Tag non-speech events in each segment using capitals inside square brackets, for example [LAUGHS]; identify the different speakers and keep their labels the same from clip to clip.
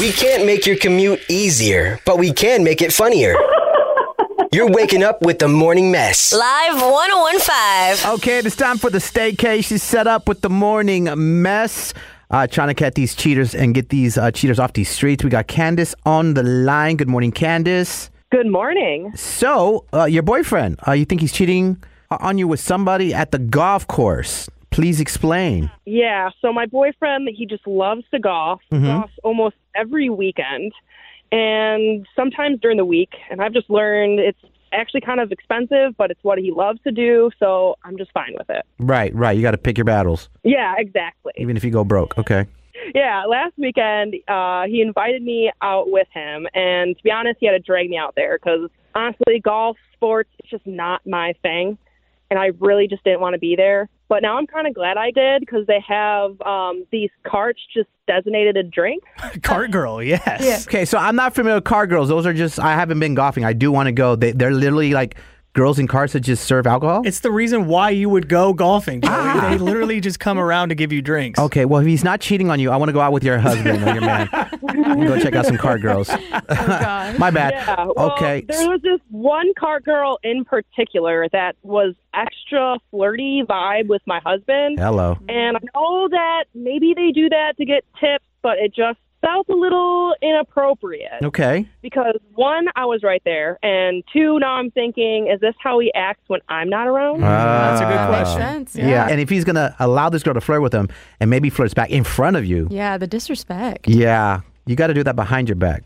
Speaker 1: We can't make your commute easier, but we can make it funnier. You're waking up with the morning mess.
Speaker 2: Live 1015.
Speaker 3: Okay, it is time for the staycation set up with the morning mess. Uh, trying to catch these cheaters and get these uh, cheaters off these streets. We got Candace on the line. Good morning, Candace.
Speaker 4: Good morning.
Speaker 3: So, uh, your boyfriend, uh, you think he's cheating uh, on you with somebody at the golf course? Please explain.
Speaker 4: Yeah, so my boyfriend, he just loves to golf, golf almost every weekend, and sometimes during the week. And I've just learned it's actually kind of expensive, but it's what he loves to do, so I'm just fine with it.
Speaker 3: Right, right. You got to pick your battles,
Speaker 4: Yeah, exactly.
Speaker 3: even if you go broke. Okay.
Speaker 4: Yeah, last weekend, uh, he invited me out with him, and to be honest, he had to drag me out there because honestly, golf, sports, it's just not my thing. And I really just didn't want to be there. But now I'm kind of glad I did because they have um, these carts just designated to drink.
Speaker 5: Cart girl, yes.
Speaker 3: Okay, so I'm not familiar with car girls. Those are just, I haven't been golfing. I do want to go. They, they're literally like girls in cars that just serve alcohol.
Speaker 5: It's the reason why you would go golfing. Joey.
Speaker 6: Ah.
Speaker 5: They literally just come around to give you drinks.
Speaker 3: Okay, well, if he's not cheating on you, I want to go out with your husband or your man. and go check out some card
Speaker 5: [LAUGHS]
Speaker 3: girls.
Speaker 5: Oh,
Speaker 3: [LAUGHS] My bad.
Speaker 4: Yeah. Uh, Well,
Speaker 3: okay.
Speaker 4: There was this one cart girl in particular that was extra flirty vibe with my husband.
Speaker 3: Hello.
Speaker 4: And I know that maybe they do that to get tips, but it just felt a little inappropriate.
Speaker 3: Okay.
Speaker 4: Because one, I was right there, and two, now I'm thinking, is this how he acts when I'm not around?
Speaker 5: Mm, That's a good question.
Speaker 6: sense.
Speaker 3: Ah. Uh, Yeah. and if he's going to allow this girl to flirt with him and maybe flirts back in front of you,
Speaker 6: Yeah, the disrespect.
Speaker 3: yeah, you got to do that behind your
Speaker 5: [LAUGHS]
Speaker 3: back.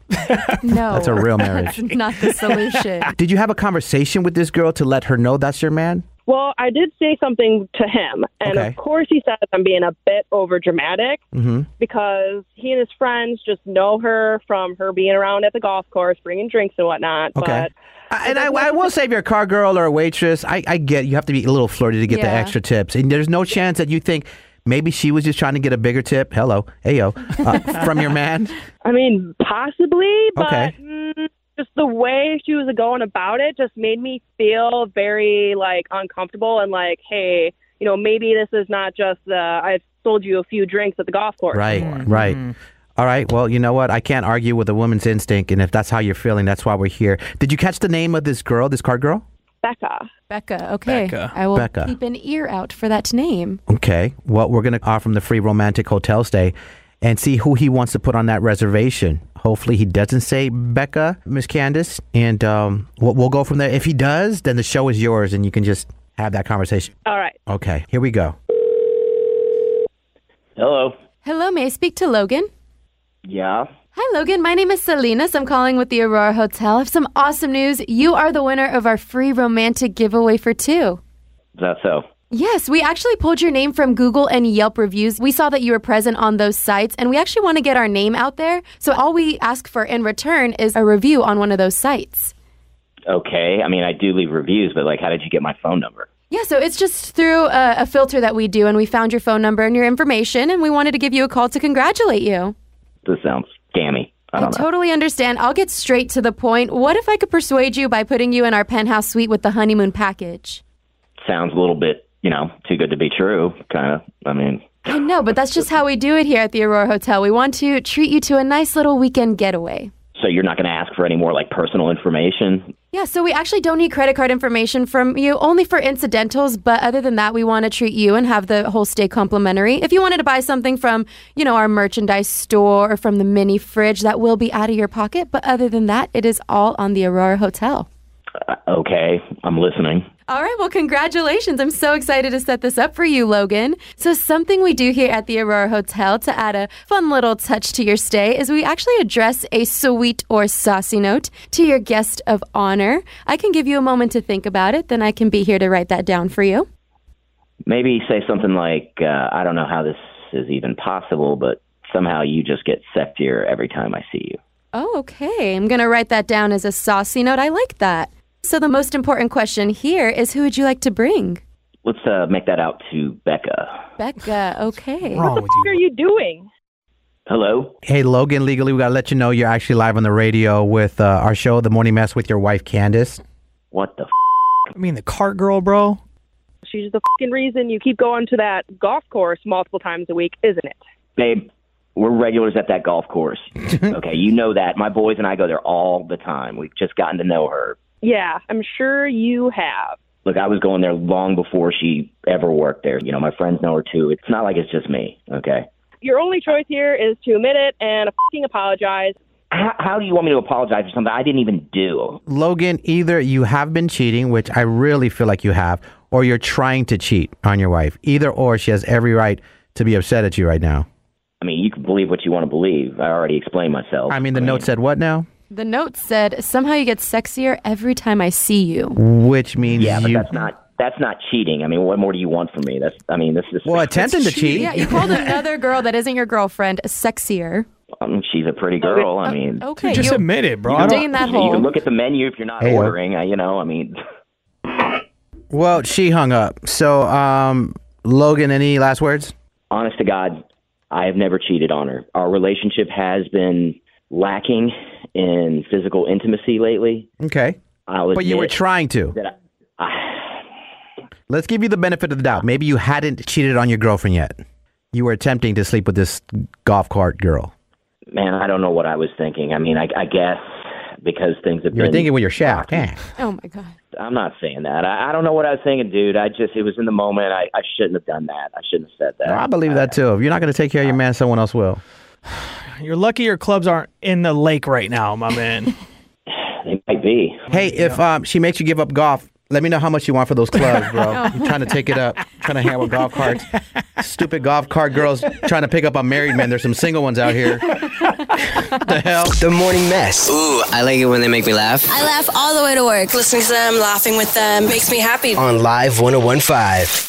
Speaker 6: No.
Speaker 3: That's a real marriage.
Speaker 6: That's [LAUGHS] not the solution.
Speaker 3: Did you have a conversation with this girl to let her know that's your man?
Speaker 4: Well, I did say something to him, and
Speaker 3: Okay. Mm-hmm.
Speaker 4: of course he says I'm being a bit over dramatic because he and his friends just know her from her being around at the golf course, bringing drinks and whatnot.
Speaker 3: Okay.
Speaker 4: But
Speaker 3: I- And I, I will say, if you're a car girl or a waitress, I, I get you have to be a little flirty to get the
Speaker 6: Yeah.
Speaker 3: extra tips. And there's no chance that you think maybe she was just trying to get a bigger tip. Hello, ayo,
Speaker 4: [LAUGHS]
Speaker 3: uh, from your man.
Speaker 4: I mean, possibly, but
Speaker 3: Okay.
Speaker 4: mm, just the way she was going about it just made me feel very like uncomfortable and like, hey, you know, maybe this is not just the I've sold you a few drinks at the golf course.
Speaker 3: Right, right. All right. Well, you know what? I can't argue with a woman's instinct, and if that's how you're feeling, that's why we're here. Did you catch the name of this girl, this card girl?
Speaker 4: Becca.
Speaker 6: Becca. Okay.
Speaker 5: Becca.
Speaker 6: I will
Speaker 3: Becca.
Speaker 6: keep an ear out for that name.
Speaker 3: Okay. Well, we're gonna offer him the free romantic hotel stay, and see who he wants to put on that reservation. Hopefully, he doesn't say Becca, Miss Candace, and um, we'll, we'll go from there. If he does, then the show is yours, and you can just have that conversation.
Speaker 4: All right.
Speaker 3: Okay. Here we go.
Speaker 7: Hello.
Speaker 6: Hello, may I speak to Logan?
Speaker 7: Yeah.
Speaker 6: Hi, Logan. My name is Salinas. I'm calling with the Aurora Hotel. I have some awesome news. You are the winner of our free romantic giveaway for two.
Speaker 7: Is that so?
Speaker 6: Yes, we actually pulled your name from Google and Yelp reviews. We saw that you were present on those sites, and we actually want to get our name out there. So all we ask for in return is a review on one of those sites.
Speaker 7: Okay. I mean, I do leave reviews, but like, how did you get my phone number?
Speaker 6: Yeah, so it's just through a, a filter that we do, and we found your phone number and your information, and we wanted to give you a call to congratulate you.
Speaker 7: This sounds scammy. I
Speaker 6: I
Speaker 7: don't know.
Speaker 6: totally understand. I'll get straight to the point. What if I could persuade you by putting you in our penthouse suite with the honeymoon package?
Speaker 7: Sounds a little bit, you know, too good to be true. Kind of. I mean,
Speaker 6: I know, but that's just how we do it here at the Aurora Hotel. We want to treat you to a nice little weekend getaway.
Speaker 7: So you're not going to ask for any more like personal information.
Speaker 6: Yeah, so we actually don't need credit card information from you, only for incidentals. But other than that, we want to treat you and have the whole stay complimentary. If you wanted to buy something from, you know, our merchandise store or from the mini fridge, that will be out of your pocket. But other than that, it is all on the Aurora Hotel.
Speaker 7: Uh, okay, I'm listening.
Speaker 6: All right, well, congratulations. I'm so excited to set this up for you, Logan. So, something we do here at the Aurora Hotel to add a fun little touch to your stay is we actually address a sweet or saucy note to your guest of honor. I can give you a moment to think about it, then I can be here to write that down for you.
Speaker 7: Maybe say something like, uh, I don't know how this is even possible, but somehow you just get sexier every time I see you.
Speaker 6: Oh, okay. I'm going to write that down as a saucy note. I like that. So, the most important question here is who would you like to bring?
Speaker 7: Let's uh, make that out to Becca.
Speaker 6: Becca, okay.
Speaker 4: What are you doing?
Speaker 7: Hello?
Speaker 3: Hey, Logan, legally, we got to let you know you're actually live on the radio with uh, our show, The Morning Mess, with your wife, Candace.
Speaker 7: What the f?
Speaker 5: I mean, the cart girl, bro.
Speaker 4: She's the fucking reason you keep going to that golf course multiple times a week, isn't it?
Speaker 7: Babe, we're regulars at that golf course. okay, you know that. My boys and I go there all the time. We've just gotten to know her.
Speaker 4: Yeah, I'm sure you have.
Speaker 7: Look, I was going there long before she ever worked there. You know, my friends know her too. It's not like it's just me, okay?
Speaker 4: Your only choice here is to admit it and fucking apologize.
Speaker 7: How, how do you want me to apologize for something I didn't even do?
Speaker 3: Logan, either you have been cheating, which I really feel like you have, or you're trying to cheat on your wife. Either or, she has every right to be upset at you right now.
Speaker 7: I mean, you can believe what you want to believe. I already explained myself.
Speaker 3: I mean, the note said what now?
Speaker 6: The note said, somehow you get sexier every time I see you.
Speaker 3: Which means
Speaker 7: yeah, but
Speaker 3: you.
Speaker 7: that's not that's not cheating. I mean, what more do you want from me? That's I mean, this is
Speaker 3: well, attempting to cheat.
Speaker 6: Yeah, you called another girl that isn't your girlfriend sexier. Oh,
Speaker 7: I mean, Um, she's a pretty girl. I mean,
Speaker 6: Okay,
Speaker 5: Just
Speaker 6: you-
Speaker 5: admit it, bro.
Speaker 6: you're
Speaker 5: I don't-
Speaker 6: digging that
Speaker 7: you can
Speaker 6: hole.
Speaker 7: look at the menu if you're not
Speaker 3: Hey, yo.
Speaker 7: ordering. I, you know, I mean,
Speaker 3: Well, she hung up. So, um, Logan, any last words?
Speaker 7: honest to God, I have never cheated on her. Our relationship has been lacking in physical intimacy lately.
Speaker 3: Okay.
Speaker 7: I'll
Speaker 3: But you were
Speaker 7: admit
Speaker 3: trying to.
Speaker 7: that I,
Speaker 3: Let's give you the benefit of the doubt. Maybe you hadn't cheated on your girlfriend yet. You were attempting to sleep with this golf cart girl.
Speaker 7: man, I don't know what I was thinking. I mean, I, I guess because things have
Speaker 3: You were
Speaker 7: been
Speaker 3: thinking with your shaft. Eh.
Speaker 6: Oh my god.
Speaker 7: I'm not saying that. I, I don't know what I was thinking, dude. I just it was in the moment. I, I shouldn't have done that. I shouldn't have said that.
Speaker 3: I believe that too. If you're not going to take care of your man, someone else will.
Speaker 5: You're lucky your clubs aren't in the lake right now, my
Speaker 6: [LAUGHS]
Speaker 5: man.
Speaker 7: It might be.
Speaker 3: Hey, if um, she makes you give up golf, let me know how much you want for those clubs, bro. I'm trying to take it up, trying to hang out with golf carts. Stupid golf cart girls trying to pick up on married men. There's some single ones out here. [LAUGHS] the hell?
Speaker 1: The Morning Mess.
Speaker 8: Ooh, I like it when they make me laugh.
Speaker 2: I laugh all the way to work.
Speaker 9: Listening to them, laughing with them makes me happy.
Speaker 1: On Live 1015.